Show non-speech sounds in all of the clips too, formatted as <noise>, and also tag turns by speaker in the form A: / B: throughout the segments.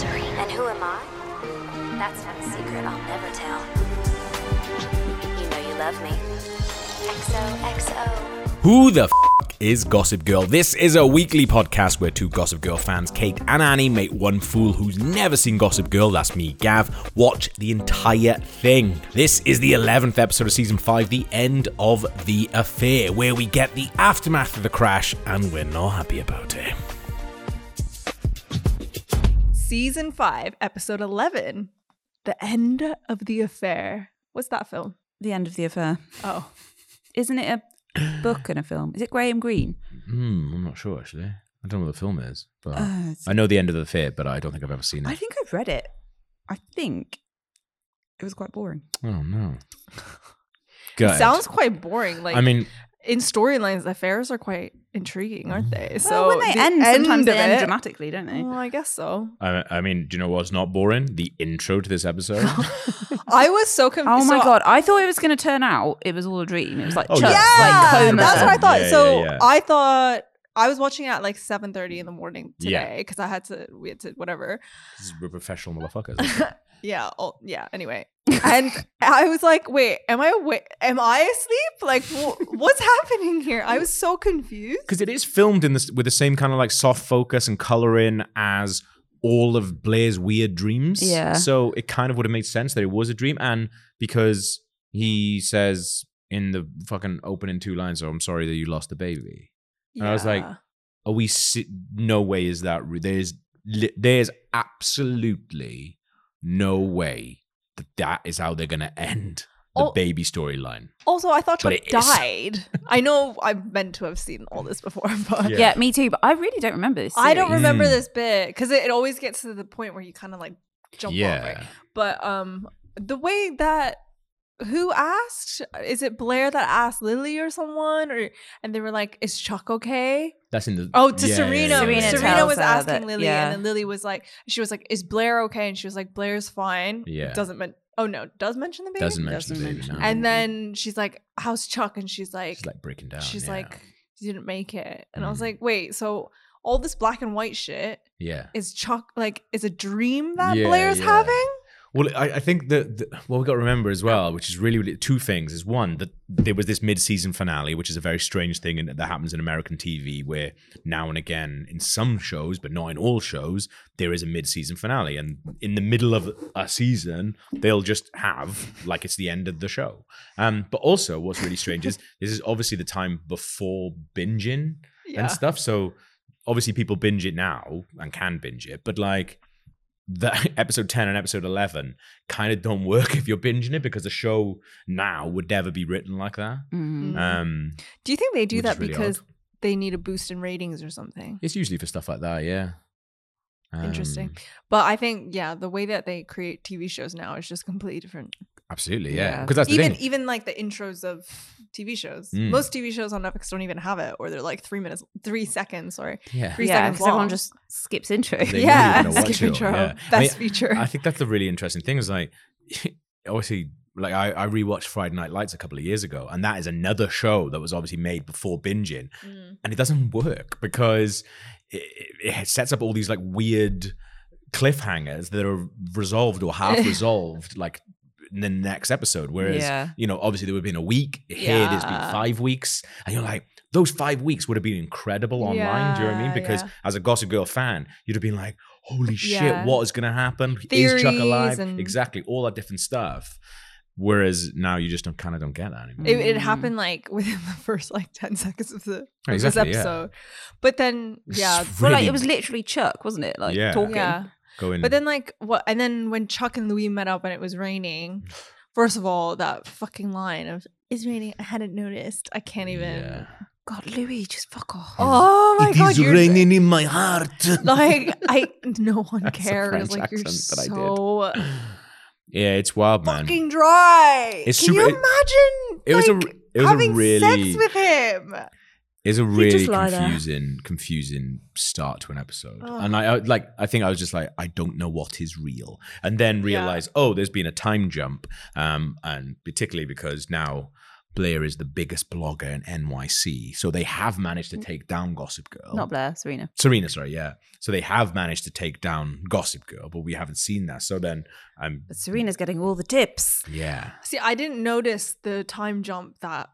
A: who am I? That's not a secret I'll never tell. You know you love me. XOXO.
B: Who the f is Gossip Girl? This is a weekly podcast where two Gossip Girl fans, Kate and Annie, make one fool who's never seen Gossip Girl, that's me, Gav, watch the entire thing. This is the 11th episode of season 5, the end of The Affair, where we get the aftermath of the crash and we're not happy about it.
C: season five, episode 11, The End of the Affair. What's that film?
D: The End of the Affair.
C: Oh,
D: Isn't it
C: <clears throat>
D: a book and a film? Is it Graham Greene?
B: Hmm, I'm not sure actually. I don't know what the film is, but
D: Uh, it's-
B: I know the end of The Affair, but I don't think I've ever seen
D: I
B: it.
D: think I've read it. I think it was quite boring.
B: Oh no.
C: it sounds quite boring. Like,
B: I mean,
C: in storylines, affairs are quite intriguing, aren't
B: Mm-hmm.
C: they?
D: So when they
C: the
D: end, sometimes they
C: of
D: end
C: it- Oh,
D: dramatically, don't they?
C: Well, I guess so.
B: I, I mean, do you know what's not boring? The intro to this episode.
C: I was so confused.
D: Oh my
C: so-
D: god! I thought it was going to turn out. It was all a dream. It was like
B: Oh,
D: church,
B: yeah.
D: like
C: Yeah,
D: coma.
C: that's what I thought.
B: Yeah,
C: so
B: yeah, yeah.
C: I thought I was watching it at like 7:30 in the morning
B: Yeah.
C: today because I had to we had to whatever.
B: This is- we're professional motherfuckers. <laughs> isn't it?
C: Yeah, all, yeah. Anyway, and
B: <laughs>
C: I was like, "Wait, am I awake? Am I asleep? Like, wh-
B: <laughs>
C: what's happening here?" I was so confused.
B: Because it is filmed in this with the same kind of like soft focus and coloring as all of Blair's weird dreams.
D: Yeah.
B: So it kind of would have made sense that it was a dream, and because he says in the fucking opening two lines, "Oh, I'm sorry that you lost the baby." And I was like,
C: Yeah.
B: Are we? Si- no way is that. Re- there's li- there's absolutely no way that that is how they're gonna end the
C: Oh.
B: baby storyline.
C: Also, I thought
B: But it
C: Trump
B: is. <laughs>
C: died. I know I meant to have seen all this before, <laughs> but
B: Yeah.
D: yeah. me too. But I really don't remember this.
C: I don't
D: series.
C: remember
B: Mm.
C: this bit because it, it always gets to the point where you kind of like jump over it. But um, the way that who asked is it Blair that asked Lily or someone, or and they were like, "Is Chuck okay?"
B: That's in the
C: Oh, to
B: Yeah, yeah,
C: Serena.
B: yeah,
C: Serena,
B: yeah.
D: tells
C: was
D: her
C: asking
D: that-
C: Lily,
D: yeah.
C: and then Lily was like, she was like, "Is Blair okay?" And she was like, "Blair's fine."
B: Yeah.
C: Doesn't men- Oh no, does mention the baby.
B: doesn't mention the
D: Doesn't
B: baby.
D: mention
B: No.
D: it.
C: And then she's like, "How's Chuck?" And she's like,
B: she's like "Oh, breaking down.
C: she's
B: yeah.
C: like, "You didn't make it." And I was
B: Mm.
C: like, "Wait, so." All this black and white shit
B: yeah.
C: is Chuck like is a dream that
B: Yeah,
C: Blair's
B: yeah.
C: having.
B: Well, I, I think that the, what we got to remember as well, which is really, really two things, is one that there was this mid-season finale, which is a very strange thing and that happens in American TV, where now and again, in some shows, but not in all shows, there is a mid-season finale, and in the middle of a season, they'll just have like it's the end of the show. Um, but also, what's really strange is this is obviously the time before binging.
C: Yeah,
B: and stuff. So obviously people binge it now and can binge it, but like the <laughs> episode 10 and episode 11 kind of don't work <laughs> if you're binging it because the show now would never be written like that.
C: Mm-hmm.
D: Mm.
B: Um,
C: Do you think they do
B: Which is
C: that
B: really odd.
C: because they need a boost in ratings or something?
B: it's usually for stuff like that, yeah.
C: Interesting.
B: Um,
C: But I think yeah, the way that they create TV shows now is just completely different.
B: Absolutely, yeah.
D: Yeah.
B: Because that's the
C: even
B: thing.
C: even like the intros of TV shows.
B: Mm.
C: Most TV shows on Netflix don't even have it, or they're like three minutes, three seconds. Sorry,
B: yeah.
C: three
D: yeah,
C: seconds
D: because everyone
C: long.
D: just skips intro.
B: They really
C: yeah,
D: <laughs>
B: wanna watch
C: skip
B: it all,
C: intro,
B: yeah. I mean,
C: best feature.
B: I think that's the really interesting thing is like, <laughs> obviously, like I, I rewatched Friday Night Lights a couple of years ago, and that is another show that was obviously made before binging.
C: Mm.
B: and it doesn't work because it, it it sets up all these like weird cliffhangers that are resolved or
C: <laughs>
B: half resolved like in the next episode whereas
D: Yeah.
B: you know obviously there would have been a week here there's been
C: Yeah.
B: five weeks and you're like those five weeks would have been incredible online do you know what i
C: Yeah,
B: mean because
C: yeah.
B: as a gossip girl fan you'd have been like holy shit
C: Yeah.
B: what is gonna happen is chuck
C: Theories
B: alive
C: and-
B: exactly all that different stuff whereas now you just don't kind of don't get that anymore
C: It, it
D: Mm.
C: happened like within the <laughs> first like ten seconds of the of this
B: Exactly, yeah.
C: episode, but then
B: It's
C: yeah,
D: Well, like
B: really
D: it was literally Chuck, wasn't it? Like
B: Yeah.
D: talking.
C: yeah.
B: going
C: But then like what? And then when Chuck and Louis met up and it was raining.
B: Mm.
C: First of all, that fucking line of "It's raining." I hadn't noticed. I can't even.
B: Yeah.
D: God, Louis, just fuck off.
C: Oh my god! you're-
B: in my heart.
C: like
B: <laughs>
C: I no one
B: That's a
C: cares.
B: French
C: Like you're
B: accent that I did.
C: so
B: yeah, it's wild, man.
C: fucking dry.
B: It's
C: Can
B: super-
C: you
B: it-
C: imagine?
B: it was a
C: like,
B: re- it was a
C: having
B: really
C: sex with him.
B: it's a
D: You
B: really
D: just lie there.
B: confusing confusing start to an episode.
C: Ugh.
B: And I, I like I think I was just like I don't know what is real, and then
C: Yeah.
B: realize oh there's been a time jump, um, and particularly because now Blair is the biggest blogger in NYC. So they have managed
C: Mm.
B: to take down Gossip
C: Oh.
B: Girl.
D: Not Blair, Serena.
B: Serena, sorry, yeah. So they have managed to take down Gossip Girl, but we haven't seen that. So then um, I'm
D: But Serena's getting all the tips.
B: yeah.
C: See, I didn't notice the time jump that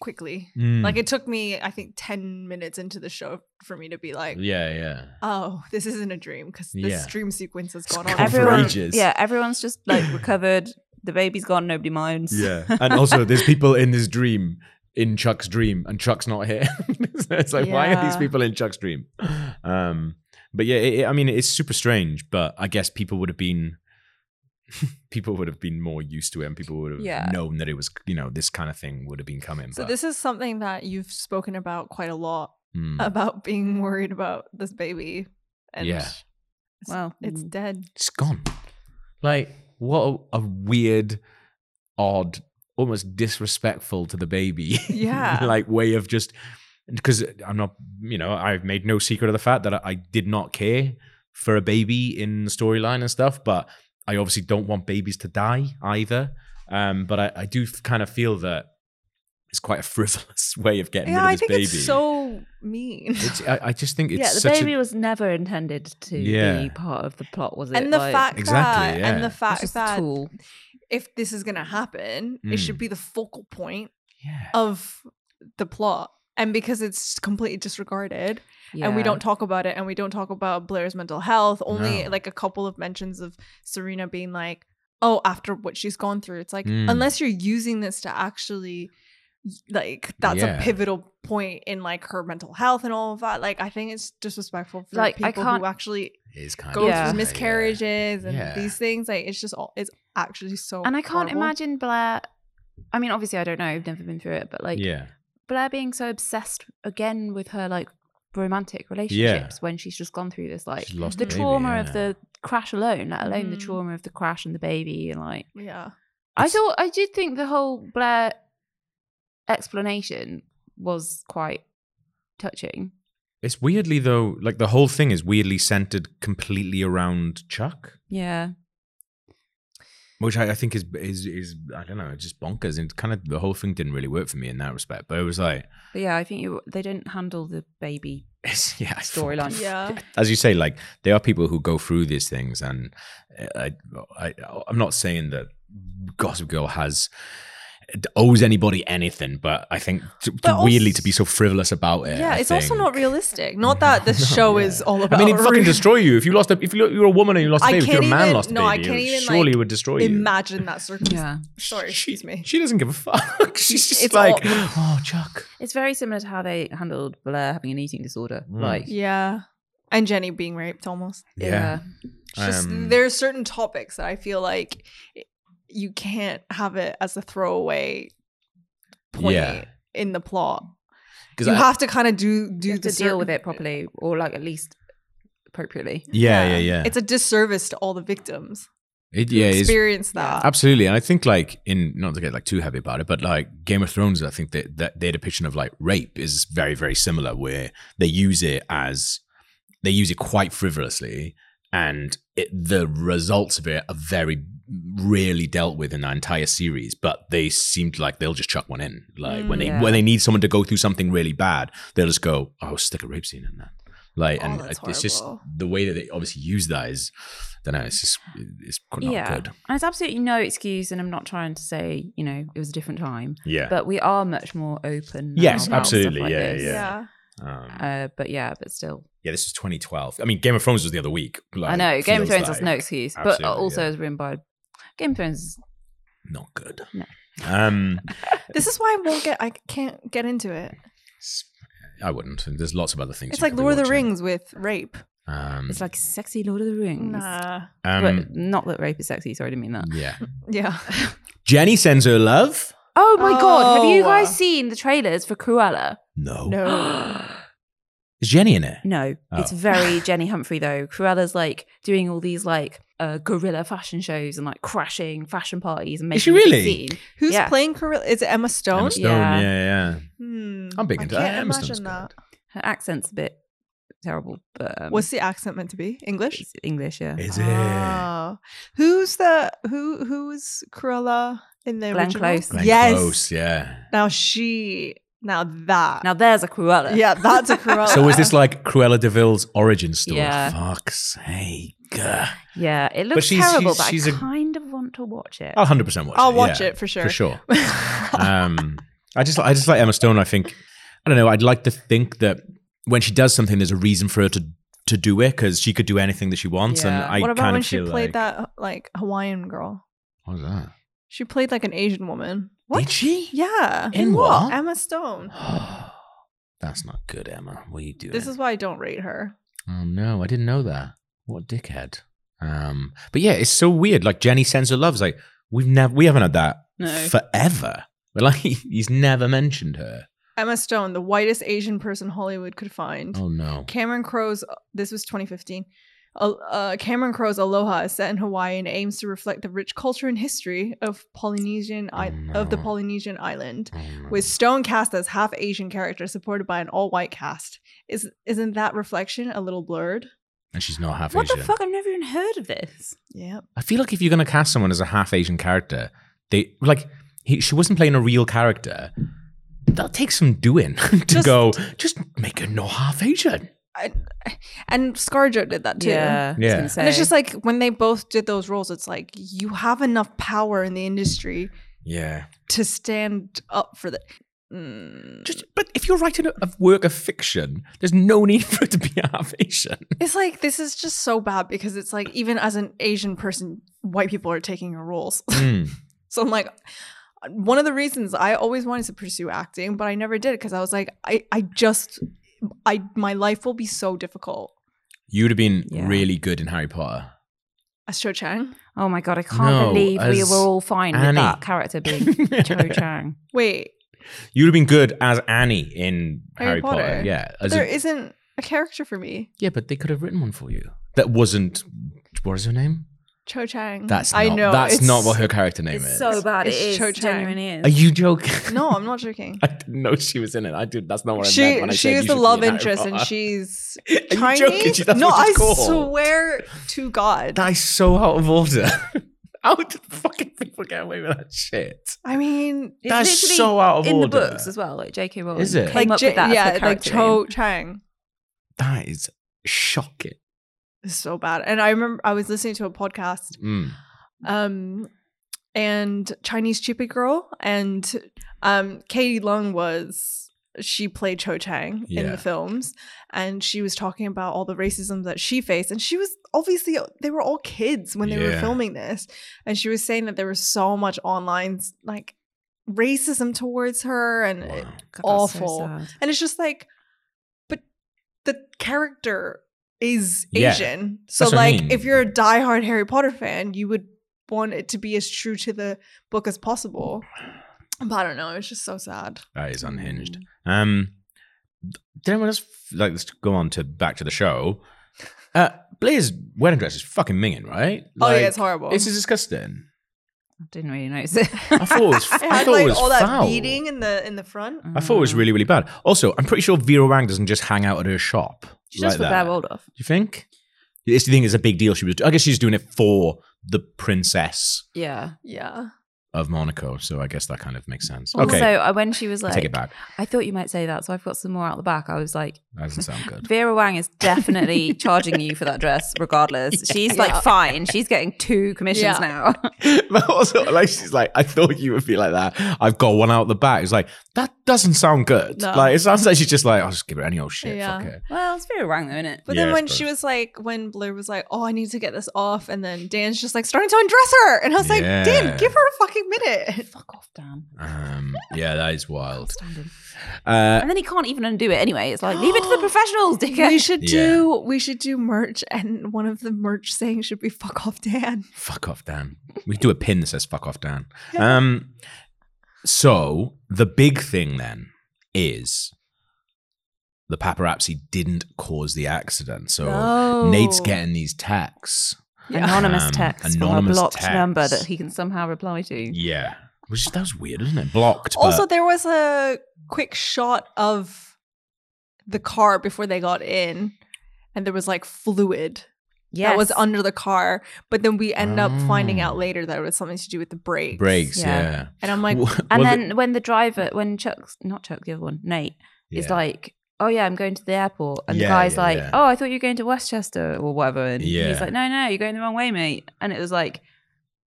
C: quickly.
B: Mm.
C: Like it took me, I think, ten minutes into the show for me to be like,
B: Yeah, yeah.
C: "Oh, this isn't a dream," because this
B: Yeah.
C: dream sequence has
B: It's
C: gone on
B: gone for
C: forever.
B: ages.
D: Yeah, everyone's just
B: <coughs>
D: like recovered. The baby's gone. Nobody minds.
B: Yeah.
C: <laughs>
B: And also there's people in this dream in Chuck's dream and Chuck's not here. <laughs> So it's like why are these
C: Yeah.
B: people in Chuck's dream? Um but yeah, it, it- I mean it's super strange, but I guess people would have been <laughs> people would have been more used to it and people would have
D: Yeah.
B: known that it was, you know, this kind of thing would have been coming.
C: So
B: but,
C: this is something that you've spoken about quite a lot
B: mm,
C: about being worried about this baby, and
B: Yeah.
D: Wow.
C: it's dead.
B: it's gone. Like what a, a weird odd almost disrespectful to the baby.
C: Yeah.
B: <laughs> like way of just because I'm not, you know, I've made no secret of the fact that I, I did not care for a baby in the storyline and stuff, but I obviously don't want babies to die either. Um, but I, I do kind of feel that it's quite a <laughs> frivolous way of getting
C: yeah,
B: rid
C: I
B: of this
C: think
B: baby.
C: it's so mean.
B: It's- I, I just think it's
D: yeah, the
B: such
D: baby
B: a,
D: was never intended to
B: Yeah.
D: be part of the plot, was
C: <laughs>
D: it?
C: and the
D: Like,
C: fact
B: Exactly,
C: that, and
B: yeah.
C: the
B: It's
D: it's
C: fact
D: just a
C: that
D: tool.
C: if this is gonna happen, it should
B: Mm.
C: be the focal point
B: yeah.
C: of the plot. And because it's completely disregarded, and we
D: Yeah.
C: don't talk about it, and we don't talk about Blair's mental health, only
B: No.
C: like a couple of mentions of Serena being like, "Oh, after what she's gone through, it's like
B: Mm.
C: unless you're using this to actually, like, that's
B: Yeah.
C: a pivotal point in like her mental health and all of that. Like, I think it's disrespectful for
D: Like, I
C: people
D: can't-
C: who actually
B: It is kind
C: go
B: of
D: Yeah.
C: through
B: yeah.
C: miscarriages and
B: Yeah.
C: these things. Like, it's just all it's actually so.
D: And I can't
C: horrible.
D: imagine Blair. I mean, obviously, I don't know. I've never been through it, but like
B: yeah.
D: Blair being so obsessed again with her like romantic relationships when she's just gone through this like
B: She's lost
D: the
B: a baby,
D: trauma
B: yeah.
D: of the crash alone, let alone the
C: Mhm.
D: trauma of the crash and the baby, and like
C: Yeah.
D: I
B: It's-
D: thought I did think the whole Blair explanation was quite touching.
B: It's weirdly though, like the whole thing is weirdly centered completely around Chuck.
D: Yeah,
B: which I, I think is is is I don't know, it's just bonkers. And kind of the whole thing didn't really work for me in that respect. But it was like, <laughs>
D: but yeah, I think you, they didn't handle the baby
B: it's, <laughs> yeah, it's-
D: storyline.
C: Yeah.
B: As you say, like there are people who go through these things, and I, I I'm not saying that Gossip Girl has owes anybody anything, but I think to,
C: But also-
B: weirdly to be so frivolous about it.
C: Yeah,
B: I
C: it's also
B: think-
C: not realistic. Not that this
B: No, <laughs>
C: show
B: yeah.
C: is all
B: I
C: about.
B: mean, it fucking
C: <laughs> rock-
B: destroy you if you lost a if you, you're a woman and you lost a
C: I
B: baby. If you're a
C: can't
B: man
C: even-
B: lost a
C: no, I
B: baby,
C: can't
B: it
C: even,
B: surely
C: like,
B: would destroy you.
C: Imagine
B: <laughs>
C: that circumstance.
D: Yeah,
C: Sorry,
B: She-
C: excuse me.
B: She doesn't give a fuck. <laughs> She's just
C: It's
B: like,
C: all-
B: oh, Chuck.
D: it's very similar to how they handled Blair having an eating disorder.
B: Mm.
D: Like,
C: Yeah, and Jenny being raped almost.
D: yeah,
C: It's Just
B: Um,
C: there are certain topics that I feel like you can't have it as a throwaway point
B: Yeah.
C: in the plot.
B: because
C: You have to kind of do
D: you
C: do
D: have
C: the
D: to deal with
C: certain-
D: it properly, or like at least appropriately.
B: yeah, yeah, yeah.
C: It's a disservice to all the victims.
B: It,
C: who
B: yeah, it's
C: experience that.
B: absolutely. And I think like in not to get like too heavy about it, but like Game of Thrones, I think that, that their depiction of like rape is very, very similar, where they use it as they use it quite frivolously, and it, the results of it are very rarely dealt with in that entire series. But they seemed like they'll just chuck one in, like when they
D: Mm.
B: when they need someone to go through something really bad, they'll just go, "Oh, stick a rape scene in that." Like,
C: Oh,
B: and
C: that's
B: it's just
C: horrible.
B: the way that they obviously use that is, I don't know, it's just it's not
D: yeah,
B: good.
D: and it's absolutely no excuse. And I'm not trying to say you know it was a different time,
B: Yeah.
D: but we are much more open. now
B: Yes,
D: about stuff
B: absolutely,
D: like
B: yeah,
D: this.
B: yeah. Um,
D: Uh, but yeah, but still,
B: yeah, this was 2012. I mean, Game of Thrones was the other week. Like,
D: I know Game of
B: feels
D: Thrones
B: like
D: has no excuse, but
B: absolutely,
D: also
B: yeah.
D: is written by Game of Thrones.
B: Not good.
D: No.
B: Um,
C: This is why I won't get. I can't get into it.
B: s- I wouldn't. There's lots of other things.
C: It's
B: you
C: like
B: could be
C: Lord of the
B: watching.
C: Rings with rape.
B: Um,
D: It's like sexy Lord of the Rings.
C: Nah.
B: um,
D: but not that rape is sexy. Sorry, I didn't mean that.
B: yeah.
C: Yeah.
B: Jenny sends her love.
D: Oh my god! Have you guys
C: Oh.
D: seen the trailers for Cruella?
B: <gasps>
C: <gasps>
B: No.
C: No.
B: Is Jenny in it?
D: No,
B: Oh.
D: it's
B: <laughs>
D: very Jenny Humphrey though. Cruella's like doing all these like uh, gorilla fashion shows and like crashing fashion parties and making
B: Is she
D: a big
B: really?
D: scene.
C: Who's
D: Yeah.
C: playing Corilla? Is it Emma Stone?
B: Emma Stone. Yeah,
D: Yeah.
B: yeah.
C: Hmm.
B: I'm big
C: I
B: into
C: can't
B: that. Emma
C: imagine
B: Stone's
C: that.
D: Her accent's a bit terrible, but um,
C: What's the accent meant to be? English? Ah.
D: it's English? Yeah,
B: good. Is it?
C: Oh. Who's the who who's Cruella in the
D: Glenn
C: original.
D: Close.
B: Glenn
C: yes.
B: Close, yeah.
C: Now she. Now that.
D: Now there's a Cruella.
C: yeah,
D: <laughs>
C: that's a Cruella.
B: So is this like Cruella Deville's origin story?
D: Yeah.
B: Fuck's sake. Ugh.
D: Yeah, it looks
B: she's-
D: terrible,
B: she's- she's
D: but
B: a-
D: I kind of want to watch it.
B: I'll hundred percent watch
C: <laughs> I'll
B: it.
C: watch
B: yeah,
C: it for sure. <laughs>
B: For sure. um, I just I just like Emma Stone. I think I don't know. I'd like to think that when she does something, there's a reason for her to to do it because she could do anything that she wants.
D: Yeah.
B: And I
C: what about
B: kind
C: when
B: of
C: she
B: feel like,
C: played that like Hawaiian girl?
B: What was that?
C: She played like an Asian woman.
B: Did she?
C: Yeah.
B: In what?
C: Emma Stone.
B: <gasps> That's not good, Emma. What are you doing?
C: This is why I don't rate her.
B: Oh no, I didn't know that. What a dickhead. Um, but yeah, it's so weird. Like Jenny sends her loves. Like we've never, we haven't had that
D: No.
B: forever. <laughs> But like he's never mentioned her.
C: Emma Stone, the whitest Asian person Hollywood could find.
B: Oh no.
C: Cameron Crowe's uh, this was 2015. Uh, uh, Cameron Crowe's Aloha is set in Hawaii and aims to reflect the rich culture and history of Polynesian I- of the
B: No.
C: Polynesian island.
B: Oh, no.
C: With Stone cast as half Asian character supported by an all white cast. Is isn't that reflection a little blurred?
B: and she's not half
D: what
B: Asian.
D: the fuck? I've never even heard of this.
C: Yep.
B: I feel like if you're gonna cast someone as a half Asian character, they like he, she wasn't playing a real character. That takes some doing <laughs> to
C: Just-
B: go. Just make her not half Asian.
C: I, and ScarJo did that too.
D: Yeah,
B: Yeah.
D: I was
C: And
D: gonna
C: it's
D: say.
C: just like when they both did those roles, it's like you have enough power in the industry
B: Yeah.
C: to stand up for the. Mm.
B: Just, but if you're writing a, a work of fiction, there's no need <laughs> for it to be half <laughs> Asian.
C: It's like this is just so bad because it's like even as an Asian person, white people are taking your roles. <laughs>
B: Hmm.
C: so I'm like, one of the reasons I always wanted to pursue acting, but I never did because I was like, I, I just, I my life will be so difficult.
B: You'd have been
D: Yeah.
B: really good in Harry Potter.
C: As Cho Chang,
D: oh my god, I can't
B: No,
D: believe we
B: as
D: were all fine
B: Annie.
D: with that
B: <laughs>
D: character being Cho Chang.
C: wait,
B: You'd have been good as Annie in Harry,
C: Harry
B: Potter.
C: Potter.
B: Yeah. as
C: there
B: a-
C: not a character for me.
B: yeah, but they could have written one for you that wasn't. What is her name?
C: Cho Chang.
B: That's not,
C: Mm-hmm. I know
B: That's
C: it's-
B: not what her character name is.
D: bad.
C: It's Cho Chang.
B: Are you joking?
C: <laughs> No, I'm not joking.
B: <laughs> I didn't know she was in it. I did. That's not what I meant
C: she
B: when I
C: she
B: said
C: is
B: you
C: the
B: should be
C: love
B: in Harry
C: interest and
B: Potter.
C: she's
B: <laughs> Are you
C: Chinese.
B: joking? <laughs> She- that's
C: no,
B: what
C: I
B: it's called.
C: swear to God.
B: That is so out of order. <laughs> How did fucking people get away with that shit?
C: I mean,
D: It's
B: That's
D: literally
B: so out of
D: in
B: order.
D: the books as well. Like J.K. Rowling
B: Is it?
D: came
C: like
D: up
C: J-
D: with that as
C: yeah,
D: her
C: like
D: character
C: Cho
D: name.
C: Chang
B: That is shocking.
C: is so bad. And I remember I was listening to a podcast,
B: Mm.
C: um, and Chinese Chippy Girl, and um, Katie Lung was she played Cho Chang in
B: Yeah.
C: the films, and she was talking about all the racism that she faced, and she was obviously they were all kids when they were
B: Yeah.
C: filming this, and she was saying that there was so much online like racism towards her, and it-
B: Wow.
D: God, that's so
C: awful.
D: sad.
C: And it's just like, but the character is
B: Yeah.
C: Asian. So
B: what I
C: like
B: mean.
C: if you're a diehard Harry Potter fan, you would want it to be as true to the book as possible. But I don't know, it's just so sad.
B: That is unhinged.
C: Mm.
B: Um, did anyone else like let's go on to back to the show? Uh, Blair's wedding dress is fucking minging, right?
C: oh
B: Like,
C: yeah, it's horrible.
B: This is disgusting.
D: I didn't really notice it.
B: I thought it was.
D: <laughs>
C: it
B: I
C: had
B: thought it
C: like
B: was
C: all that
B: foul.
C: beading in the in the front.
B: I thought it
D: Mm.
B: was really, really bad. Also, I'm pretty sure Vera Wang doesn't just hang out at her shop.
D: She does
B: like
D: for
B: that.
D: Blair Waldorf.
B: Do you think? It's, do you think it's a big deal? She was. I guess she's doing it for the princess
D: Yeah.
C: Yeah.
B: of Monaco, so I guess that kind of makes sense.
D: Also,
B: Okay,
D: I, when she was
B: I
D: like,
B: take it back.
D: I thought you might say that, so I've got some more out the back. I was like,
B: That doesn't sound
D: <laughs>
B: good.
D: Vera Wang is
C: <laughs>
D: definitely charging you for that dress, regardless. She's like,
C: Yeah.
D: fine. She's getting two commissions
C: Yeah.
D: now. <laughs>
B: but also, like she's like, I thought you would be like that. I've got one out the back. It's like that doesn't sound good.
C: No.
B: Like it sounds like she's just like, I'll just give her any old shit.
C: Yeah.
B: Fuck it.
D: well, it's Vera Wang, though, isn't it?
C: But
B: Yeah, I
C: then when she
B: suppose.
C: was like, when Blair was like, "Oh, I need to get this off," and then Dan's just like starting to undress her, and I was like,
B: Yeah.
C: "Dan, give her a fucking minute."
D: Fuck off, Dan.
B: Um, yeah, that is wild.
D: Standing.
B: Uh,
D: And then he can't even undo it anyway. It's like, leave it
C: <gasps>
D: to the <laughs> professionals,
C: We
D: dickhead.
C: should
B: Yeah.
C: do we should do merch, and one of the merch saying should be "fuck off, Dan."
B: Fuck off, Dan. We could do a pin that says "fuck off, Dan." Um, so the big thing then is the paparazzi didn't cause the accident. So Nate's getting these texts.
D: <laughs> Anonymous
B: Um,
D: text from a
B: anonymous
D: blocked
B: text.
D: number that he can somehow reply to.
B: Yeah, which that was weird, isn't it? Blocked.
C: <laughs> Also,
B: but-
C: there was a quick shot of the car before they got in, and there was like fluid
D: Yes.
C: that was under the car, but then we end up finding out
B: Oh.
C: later that it was something to do with the brakes.
B: Breaks,
D: Yeah.
B: yeah.
C: And I'm like,
B: Well,
D: And
B: the-
D: then when the driver, when Chuck's not Chuck, the other one, Nate, is
B: yeah.
D: like, "Oh yeah, I'm going to the airport," and
B: Yeah,
D: the guy's
B: yeah,
D: like,
B: yeah.
D: "Oh, I thought you were going to Westchester or whatever," and
B: Yeah.
D: he's like, "No, no, you're going the wrong way, mate." And it was like,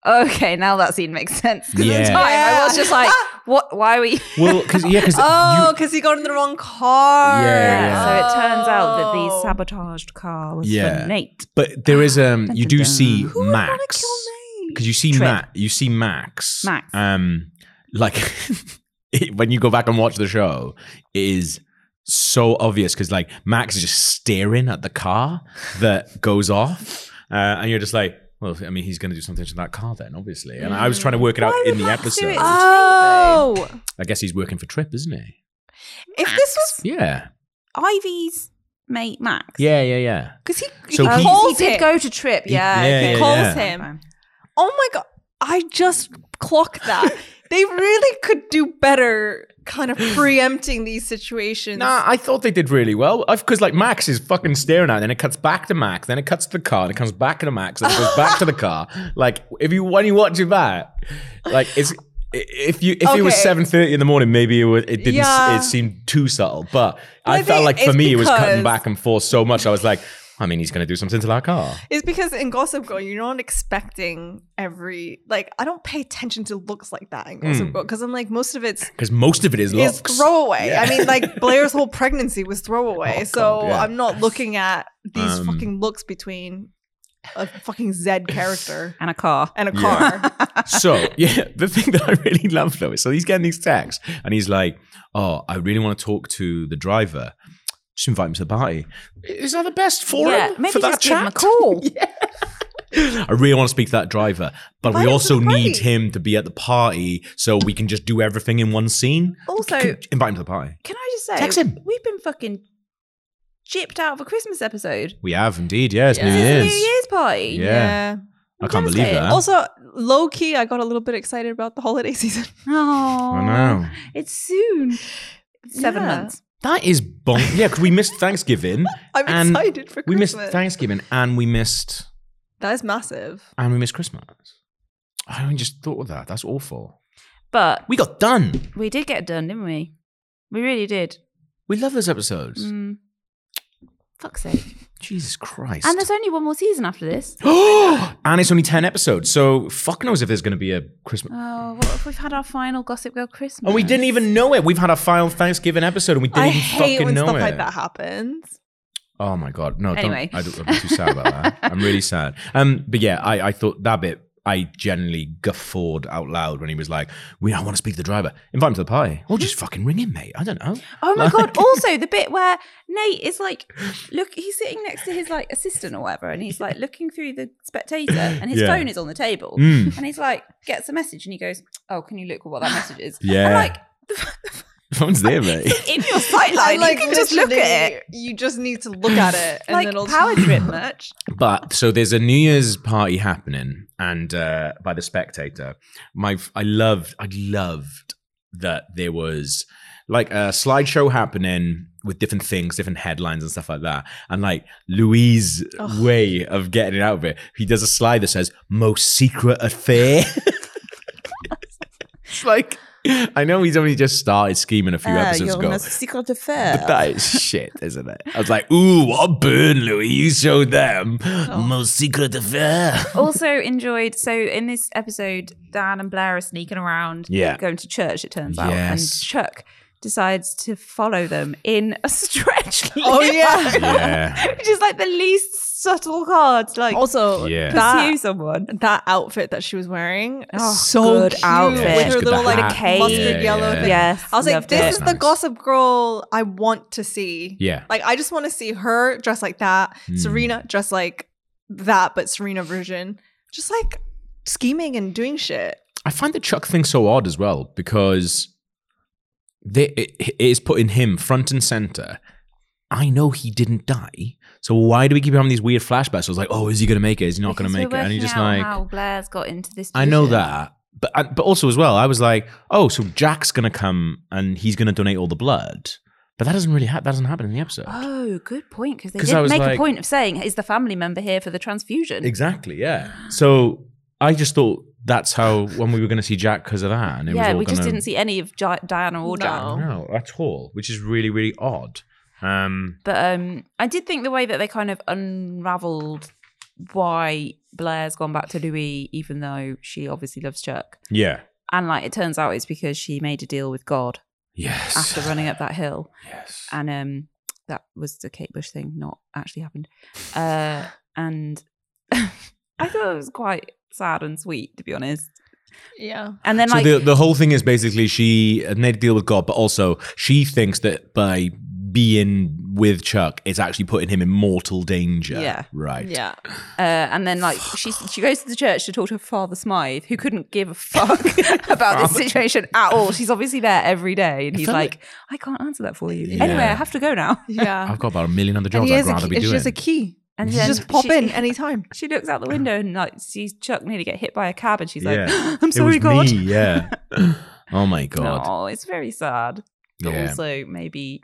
D: "Okay, now that scene makes sense." 'Cause at
B: Yeah.
D: the time, I was just like, "What? Why were you?"
B: well, because yeah,
D: <laughs>
B: because
C: oh, because he got in the wrong car.
B: Yeah, yeah.
D: So it turns out that
C: Oh.
D: the sabotaged car was
B: Yeah.
D: for Nate.
B: but there is um,
D: Dun,
B: you
D: dun,
B: do
D: dun.
B: see
C: Who would want to
B: Max
C: kill Nate?
B: because you see
D: Trip.
B: Matt, you see Max,
D: Max.
B: um, like <laughs> it- when you go back and watch the show, it is so obvious because like Max is just staring at the car that goes off, uh, and you're just like. Well, I mean, he's going to do something to that car then, obviously. And I was trying to work it out
D: Why
B: in
D: would
B: the
D: Max do
B: episode.
D: it?
C: Oh,
B: I guess he's working for Trip, isn't he?
C: if this was
B: Yeah.
D: Ivy's mate Max.
B: Yeah, yeah, yeah.
C: because he,
B: So
C: he
D: Oh,
B: he-
C: calls
D: he did
C: it.
D: go to trip.
B: He-
D: Yeah,
B: yeah,
D: okay.
B: yeah,
C: Calls yeah. him.
D: Fine.
C: Oh my god, I just clocked
B: <laughs>
C: that. they really could do better,
B: <sighs>
C: kind of preempting these situations.
B: Nah, I thought they did really well. Because like Max is fucking staring at it, then it cuts back to Max, then it cuts to the car, and it comes back to Max, and it goes back to the car. <laughs> Like if you when you watch it back, like it's i- if you if it was
C: Okay.
B: seven thirty in the morning, maybe it was it didn't
C: Yeah.
B: s it seemed too subtle. But I
C: I
B: felt
C: think
B: like for
C: it's
B: me it was cutting
C: because-
B: back and forth so much. I was like, I mean, he's gonna do something to that car.
C: It's because in Gossip Girl, you're not expecting every like. I don't pay attention to looks like that in Gossip
B: Mm.
C: Girl because I'm like most of it's
B: Because most of it is looks.
C: is throwaway.
B: Yeah.
C: I
B: <laughs>
C: mean, like Blair's whole pregnancy was throwaway.
B: Oh,
C: so
B: God, yeah.
C: I'm not looking at these
B: Um,
C: fucking looks between a fucking Zed
B: <laughs>
C: character
D: And a car.
C: and a
B: Yeah.
C: car.
B: <laughs> so yeah, the thing that I really <laughs> love though is so he's getting these texts and he's like, "Oh, I really want to talk to the driver. Just invite him to the party. Is that the best forum
D: yeah, maybe
B: for that
D: just give him a
B: chat?
D: call.
B: <laughs> I really want to speak to that driver, but
C: Invite him
B: we
C: to
B: also
C: the
B: need
C: party."
B: him to be at the party so we can just do everything in one scene.
D: Also,
B: Could- invite him to the party.
D: can I just say,
B: Text him.
D: we've been fucking gypped out of a Christmas episode.
B: We have indeed, yes,
C: Yeah.
B: New
D: This
B: Year's.
D: is a New Year's party.
B: Yeah. I can't believe
D: Devastating.
B: that.
C: Also, low key, I got a little bit excited about the holiday <laughs> season.
D: Oh,
B: I know.
D: It's soon. Seven
C: Yeah.
D: months.
B: That is bon. yeah, because we missed Thanksgiving.
C: I'm
B: And
C: excited for
B: we missed
C: Christmas.
B: Thanksgiving and we missed
C: that is massive.
B: and we missed Christmas. I only just thought of that. That's awful.
D: But
B: We got done.
D: we did get done, didn't we? We really did.
B: We love those episodes.
D: Mm. Fuck's sake.
B: Jesus Christ.
D: And there's only one more season after this.
B: <gasps> and it's only 10 episodes. So fuck knows if there's going to be a Christmas.
D: Oh, what if we've had our final Gossip Girl Christmas?
B: And we didn't even know it. We've had our final Thanksgiving episode and we didn't
C: I
B: even
C: hate
B: fucking
C: when
B: know
C: stuff
B: it.
C: like that <laughs> happens.
B: Oh my god, no!
D: Anyway.
B: Don't, I don't, I'm too sad about that. I'm
C: <laughs>
B: really sad. Um, but yeah, I, I thought that bit. I generally guffawed out loud when he was like, "We, I want to speak to the driver. Invite him to the party. Or just fucking ring him, mate. I don't
C: <laughs>
B: know."
D: Oh
B: <laughs>
D: my god! Also, the bit where Nate is like, look, he's sitting next to his like assistant or whatever, and he's like looking through the spectator, and his
B: Yeah.
D: phone is on the table,
B: Mm.
D: and he's like gets a message, and he goes, "Oh, can you look what that message is?" I'm
B: Yeah.
D: like,
B: <laughs> Phone's there, mate.
D: in your sight line,
C: And, like,
D: you can just look at it.
C: literally, You just need to look at
D: <laughs>
C: it, and
D: like
C: then it'll <laughs>
D: power trip much.
B: But so there's a New Year's party happening, and uh, by the Spectator, my I loved I loved that there was like a slideshow happening with different things, different headlines and stuff like that, and like Louis'
C: Ugh.
B: way of getting it out of it. He does a slide that says "most secret affair." <laughs> it's like Uh, I know he's only just started scheming a
D: Ah,
B: few episodes ago,
D: secret
B: but that is shit, isn't it? I was like, ooh, what a burn, Louis. You showed them. Most secret affair.
D: also enjoyed. So in this episode, Dan and Blair are sneaking around,
B: Yeah.
D: going to church. It turns out,
B: Yes.
D: and Chuck decides to follow them in a <laughs> stretch. <laughs>
C: Oh, yeah.
B: <laughs> Yeah.
D: which is like the least subtle card. to,
B: Oh,
D: Like
C: Also,
B: Yeah.
D: pursue
C: that,
D: someone.
C: that outfit that she was wearing,
D: Oh,
C: so
D: good
C: cute.
D: outfit.
C: with her
B: Good
C: little like
B: hat.
D: Okay.
C: mustard
B: Yeah,
C: yellow
B: yeah.
C: thing.
D: Yes,
C: I was like,
D: loved
C: this
D: it.
C: is the
B: Nice.
C: Gossip Girl I want to see.
B: Yeah.
C: Like, I just want to see her dressed like that,
B: Hmm.
C: Serena dressed like that, but Serena version, just like scheming and doing shit.
B: I find the Chuck thing so odd as well because they, it, it is putting him front and center. I know he didn't die. So why do we keep having these weird flashbacks? I was like, oh, is he going to make it? Is he not going to
D: Because
B: make it?
D: we're
B: And you're
D: working
B: just
D: out
B: like,
D: how Blair's got into this.
B: I know
D: position.
B: that. But, I- but also as well, I was like, oh, so Jack's going to come and he's going to donate all the blood. But that doesn't really ha- that doesn't happen in the episode.
D: Oh, good point. Because they
B: 'Cause
D: did
B: I was
D: make
B: like-
D: a point of saying, "Is the family member here for the transfusion?"
B: Exactly. Yeah. So I just thought that's how when we were going to see Jack because of that, and it was
D: yeah,
B: all
D: we just
B: gonna-
D: didn't see any of Gi- Diana or Jack.
C: No.
B: no at all, which is really really odd. Um,
D: But um, I did think the way that they kind of unraveled why Blair's gone back to Louis, even though she obviously loves Chuck,
B: yeah.
D: and like it turns out it's because she made a deal with God
B: Yes.
D: after running up that hill,
B: Yes.
D: and um, that was the Kate Bush thing, not actually happened. Uh, and <laughs> I thought it was quite sad and sweet, to be honest.
C: Yeah.
D: And then
B: so
D: like
B: the the whole thing is basically she uh, made a deal with God, but also she thinks that by being with Chuck, it's actually putting him in mortal danger.
D: Yeah.
B: Right.
C: Yeah.
D: Uh, and then like she she goes to the church to talk to her father Smythe, who couldn't give a fuck <laughs> about this situation at all. She's obviously there every day, and he's
B: felt
D: like, "I can't answer that for you."
B: Yeah.
D: Anyway, I have to
C: <laughs>
D: go now.
C: Yeah.
B: I've got about a million other
C: and
B: jobs
C: he
B: I'd
C: has a
B: rather
C: key.
B: be
C: It's
B: doing.
C: just a key.
D: And
B: You
D: then
C: Just pop
D: she,
C: in <laughs> anytime.
D: She looks out the window and like sees Chuck nearly get hit by a cab, and she's like,
B: Yeah.
D: "I'm sorry,
B: it was
D: God."
B: me. Yeah.
D: <laughs>
B: oh my God.
D: No, it's very sad, but
B: Yeah.
D: also maybe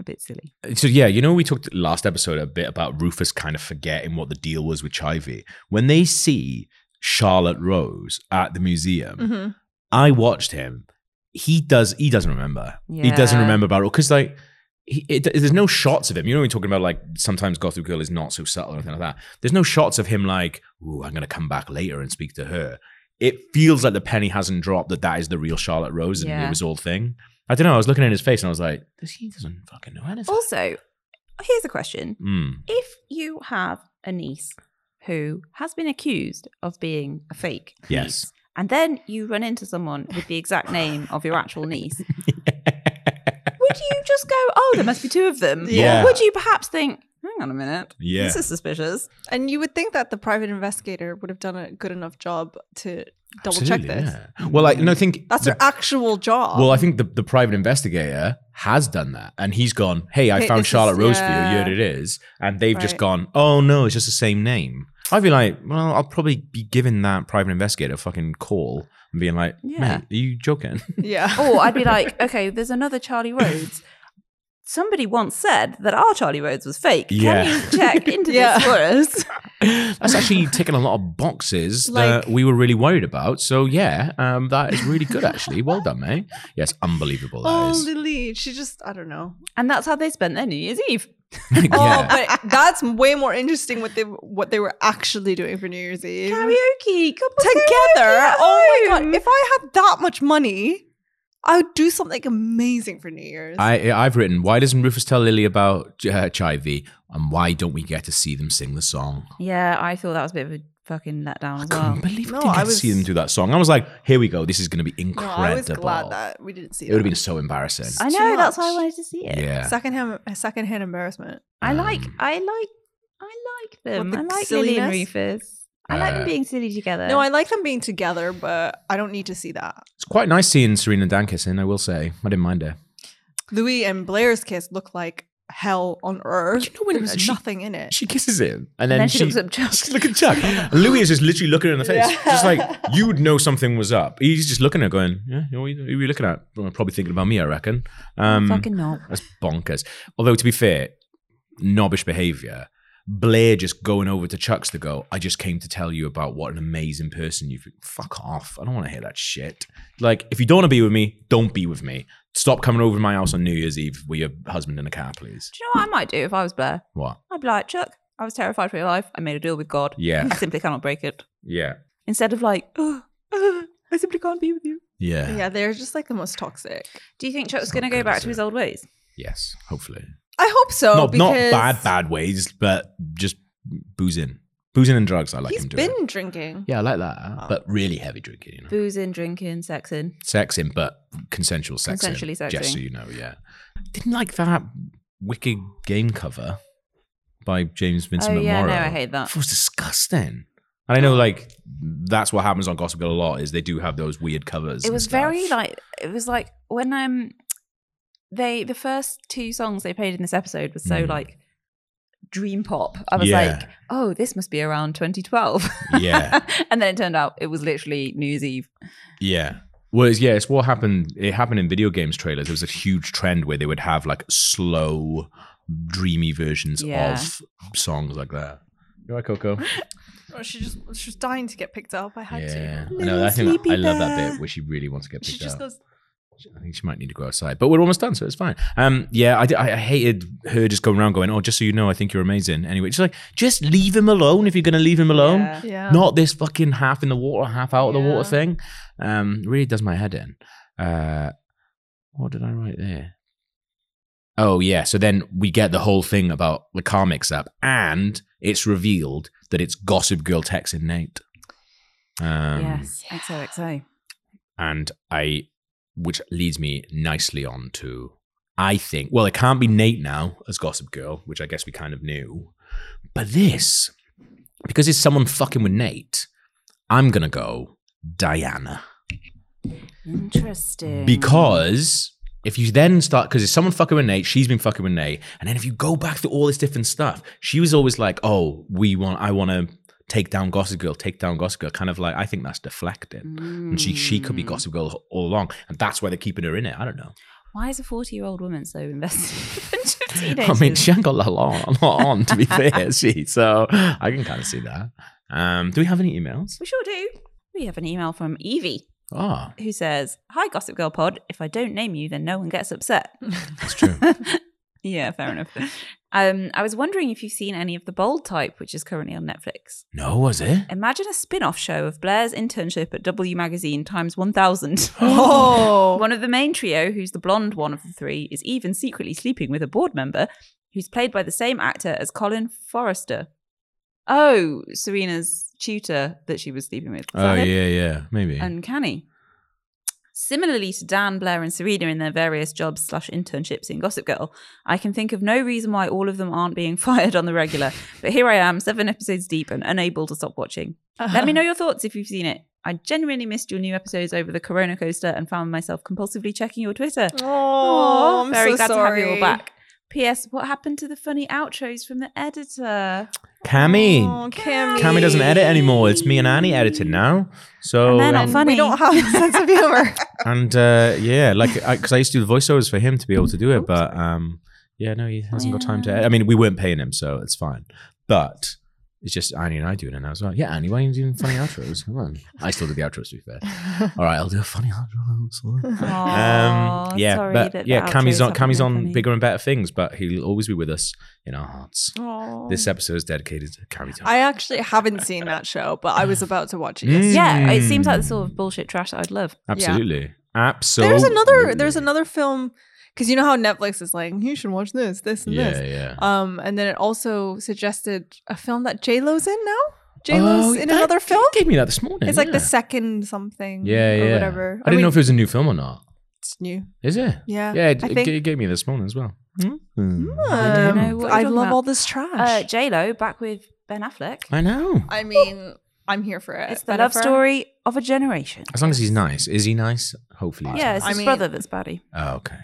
D: a bit silly.
B: So yeah, you know we talked last episode a bit about Rufus kind of forgetting what the deal was with Chivy. When they see Charlotte Rose at the museum,
D: Mm-hmm.
C: hmm
B: I watched him. He does. He doesn't remember. He doesn't
D: Yeah.
B: remember about it because like. He, it, there's no shots of him. You know, we're talking about like sometimes Gotham Girl is not so subtle or anything like that. There's no shots of him like, "Ooh, I'm gonna come back later and speak to her." It feels like the penny hasn't dropped that that is the real Charlotte Rose and
D: Yeah.
B: it was all thing. I don't know. I was looking at his face and I was like, "This he doesn't fucking know anything."
D: Also, here's a question:
B: Mm.
D: If you have a niece who has been accused of being a fake
B: Yes.
D: niece, and then you run into someone with the exact name of your actual niece, would you just go, "Oh, there must be two of them"?
B: Yeah.
D: Or would you perhaps think, "Hang on a minute,
B: <laughs> Yeah.
D: this is suspicious"?
C: And you would think that the private investigator would have done a good enough job to double check
B: Absolutely,
C: this.
B: yeah. Well, I no, I think
C: That's
B: the,
C: her actual job.
B: well, I think the, the private investigator has done that, and he's gone, "Hey, I
C: Hey,
B: found
C: this is-
B: Charlotte Rose for
C: yeah.
B: you. Here it is," and they've just
C: Right.
B: gone, "Oh no, it's just the same name." I'd be like, "Well, I'll probably be giving that private investigator a fucking call and being like,
D: Yeah.
B: Mate, are you joking?" <laughs>
C: yeah.
D: Or I'd be like, <laughs> "Okay, there's another Charlie Rhodes." Somebody once said that our Charlie Rhodes was fake.
B: Yeah.
D: Can you check into
C: Yeah.
D: this for us?
B: That's actually ticking a lot of boxes that
C: Like-
B: we were really worried about. So yeah, um, that is really good actually. Well done, mate. Yes, unbelievable. That <laughs>
C: Oh,
B: is.
C: Lily. She just, I don't know.
D: And that's how they spent their New Year's Eve.
B: <laughs> yeah.
C: Oh, but that's way more interesting what they what they were actually doing for New Year's Eve.
D: Karaoke, couple
C: Together.
D: at
C: Oh my
D: home.
C: god. If I had that much money, I would do something amazing for New Year's.
B: I, I've written, why doesn't Rufus tell Lily about uh, Chivy and why don't we get to see them sing the song?
D: Yeah, I thought that was a bit of a fucking letdown as well.
B: Couldn't believe
C: no,
B: we didn't
C: I
B: get to
C: was-
B: see them do that song. I was like, here we go. This is going to be
C: no,
B: incredible.
C: I was glad that we didn't see
B: it would have
C: that.
B: been so embarrassing.
D: I
C: Too
D: know that's why I
C: much.
D: wanted to see it.
B: yeah.
C: secondhand secondhand embarrassment.
D: I like,
B: Um,
D: I like, I like them.
C: the
D: I like Lily and
C: silliness?
D: Rufus. I like
B: Uh,
D: them being silly together.
C: No, I like them being together, but I don't need to see that.
B: It's quite nice seeing Serena Dan kissing, I will say. I didn't mind her.
C: Louis and Blair's kiss look like hell on earth.
B: You know when
C: There's
B: she-
C: nothing in it.
B: She kisses him. And
D: and
B: then,
D: then she,
B: <laughs>
D: looks up just.
B: Just
D: <laughs>
B: look at Chuck. And Louis is just literally looking her in the face.
C: Yeah.
B: Just
C: <laughs>
B: like, you would know something was up. He's just looking at her going, yeah, who are you, who are you looking at? Well, probably thinking about me, I reckon. Um,
D: Fucking not.
B: That's bonkers. Although to be fair, knobbish behavior. Blair just going over to Chuck's to go. I just came to tell you about what an amazing person you've. Fuck off! I don't want to hear that shit. Like, if you don't want to be with me, don't be with me. Stop coming over to my house on New Year's Eve with your husband in a car, please.
D: Do you know what I might do if I was Blair?
B: What?
D: I'd be like, Chuck, I was terrified for your life. I made a deal with God.
B: Yeah, <laughs>
D: I simply cannot break it.
B: yeah,
D: Instead of like, oh, oh, I simply can't be with you.
B: yeah.
C: yeah, they're just like the most toxic.
D: Do you think Chuck's
B: It's not
D: going to go
B: good,
D: back
B: is
D: to his
B: it?
D: old ways?
B: Yes, hopefully.
C: I hope so.
B: not not
C: Oh, because
B: bad bad ways, but just boozing, boozing and drugs. I like
C: he's
B: him doing.
C: been drinking.
B: yeah, I like that, huh?
C: Oh.
B: but really heavy drinking. You know?
D: Boozing, drinking, sexing.
B: sexing, but consensual sexing.
D: Consensually sexing.
B: Just so you know, yeah. Didn't like that wicked game cover by James Vincent
D: oh yeah,
B: McMorrow.
D: no, I hate that.
B: It was disgusting. And I know, like, that's what happens on Gossip Girl a lot is they do have those weird covers.
D: it
B: and
D: was
B: stuff.
D: very like it was like when um they the first two songs they played in this episode was so
B: Mm.
D: like dream pop i was like oh this must be around 2012
B: yeah,
D: <laughs> and then it turned out it was literally new year's eve
B: yeah. Well, it's, yeah, it's what happened. It happened in video games trailers. There was a huge trend where they would have like slow, dreamy versions
D: Yeah.
B: of songs like that. You all right, Coco?
C: Or Oh, she just she's dying to get picked up. I had
B: yeah,
C: to.
B: I know. I think
D: sleepy
B: I love that
D: bear.
B: bit where she really wants to get
C: She
B: picked
C: just
B: up.
C: goes.
B: I think she might need to go outside, but we're almost done, so it's fine. Um, yeah, I, di- I, I hated her just going around going, "Oh, just so you know, I think you're amazing." Anyway, she's like, "Just leave him alone if you're gonna leave him alone."
D: Yeah.
C: Yeah. <gasps>
B: not this fucking half in the water, half out of the water
C: Yeah.
B: thing. Um, really does my head in. Uh, what did I write there? Oh yeah. So then we get the whole thing about the car mix-up, and it's revealed that it's Gossip Girl texting Nate. Um,
D: yes.
C: Yeah.
D: XOXO.
B: and I, which leads me nicely on to, I think, well, it can't be Nate now as Gossip Girl, which I guess we kind of knew, but this, because it's someone fucking with Nate, I'm gonna go Diana
D: Interesting.
B: because. If you then start, because it's someone fucking with Nate, she's been fucking with Nate, and then if you go back to all this different stuff, she was always like, "Oh, we want, I want to take down Gossip Girl, take down Gossip Girl." Kind of like, I think that's deflected and she she could be
D: Mm.
B: Gossip Girl all along, and that's why they're keeping her in it. I don't know.
D: Why is a 40 year old woman so invested <laughs> in a bunch
B: <laughs>
D: of
B: I mean,
D: teenagers?
B: she ain't got that long a lot on to be fair. <laughs> She so I can kind of see that. Um, do we have any emails?
D: we sure do. We have an email from Evie
B: Ah,
D: who says, Hi, Gossip Girl Pod. If I don't name you, then no one gets upset.
B: that's true.
D: <laughs> yeah, fair enough. Um, I was wondering if you've seen any of The Bold Type, which is currently on Netflix.
B: no, was it?
D: Imagine a spin off show of Blair's internship at W Magazine
B: <laughs>
D: times 1000.
C: Oh.
D: <laughs> One of the main trio, who's the blonde one of the three, is even secretly sleeping with a board member who's played by the same actor as Colin Forrester. Oh, Serena's tutor that she was sleeping with. Is
B: Oh
D: that him?
B: yeah, yeah, maybe.
D: Uncanny. Similarly to Dan, Blair, and Serena in their various jobs slash internships in Gossip Girl, I can think of no reason why all of them aren't being <laughs> fired on the regular. But here I am, seven episodes deep and unable to stop watching.
C: Oh.
B: <laughs>
D: Let me know your thoughts if you've seen it. I genuinely missed your new episodes over the Corona Coaster and found myself compulsively checking your Twitter.
C: Oh, I'm
D: very
C: so
D: glad
C: sorry.
D: to have you all back. P.S. What happened to the funny outros from the
B: <sighs>
D: editor?
B: Cammy,
C: Oh, Cammy.
B: Cammy doesn't edit anymore. It's me and Annie editing now. So
D: And they're not
B: um,
D: funny.
C: We don't have a sense of <laughs> humor.
B: and uh, yeah, like because I, used to do the voiceovers for him to be able to do it, but um, yeah, no, he hasn't got time to. I mean, we weren't paying him, so it's fine. But it's just Annie and I doing it now as well. Yeah, Annie, why are you doing funny outros? Come on, I still do the outros to be fair. All right, I'll do a funny outro.
C: <laughs>
B: also.
D: Aw,
B: um, yeah,
D: sorry
B: but
D: that the
B: yeah, Cammy's on
D: outros haven't
B: Cammy's
D: been
B: on
D: funny.
B: bigger and better things, but he'll always be with us in our hearts.
C: Oh.
B: This episode is dedicated to Cammy. Time.
C: I actually haven't seen that show, but I was about to watch it.
B: Mm.
C: yesterday.
D: Yeah, it seems like the
B: Mm.
D: sort of bullshit trash that I'd love.
B: Absolutely, absolutely.
C: There's another. There's another film because you know how Netflix is like you should watch this, this, and
B: Yeah,
C: this.
B: yeah.
C: Um, and then it also suggested a film that J Lo's in now. J Lo's in
B: Oh, that-
C: another
B: you
C: film.
B: Gave me that this morning.
C: It's like the
B: yeah.
C: second something.
B: Yeah,
C: Or
B: yeah.
C: whatever.
B: I didn't know if it was a new film or not.
C: it's new.
B: Is it?
C: Yeah.
B: Yeah, it,
C: I
B: it
C: think- Hmm? um,
B: g- it gave me this morning as well. Hmm.
D: I don't know what you're
C: I
D: talking
C: love
D: about.
C: all this trash.
D: Uh, J Lo back with Ben Affleck.
B: I know.
C: I mean, I'm here for it.
D: It's
B: uh,
D: the love
C: Bennifer.
D: story of a generation.
B: As long as he's nice, is he nice? Hopefully. he's
D: Yeah, it's
C: I
D: his
C: mean-
D: brother that's baddie.
B: nice. Oh, okay.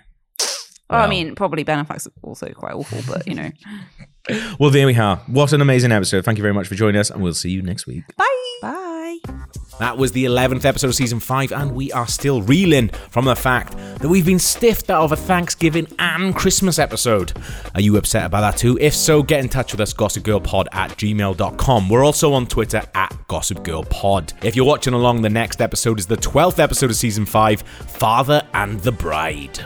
D: Oh, I
B: Well.
D: mean, probably Ben Affleck's also quite awful, but
B: <laughs>
D: you know.
B: Well, there we are. What an amazing episode. Thank you very much for joining us, and we'll see you next week.
D: Bye.
B: That was the 11th episode of season 5, and we are still reeling from the fact that we've been stiffed out of a Thanksgiving and Christmas episode. Are you upset about that too? If so, get in touch with us, gossipgirlpod at gmail.com. We're also on Twitter at gossipgirlpod. If you're watching along, the next episode is the 12th episode of season 5, Father and the Bride.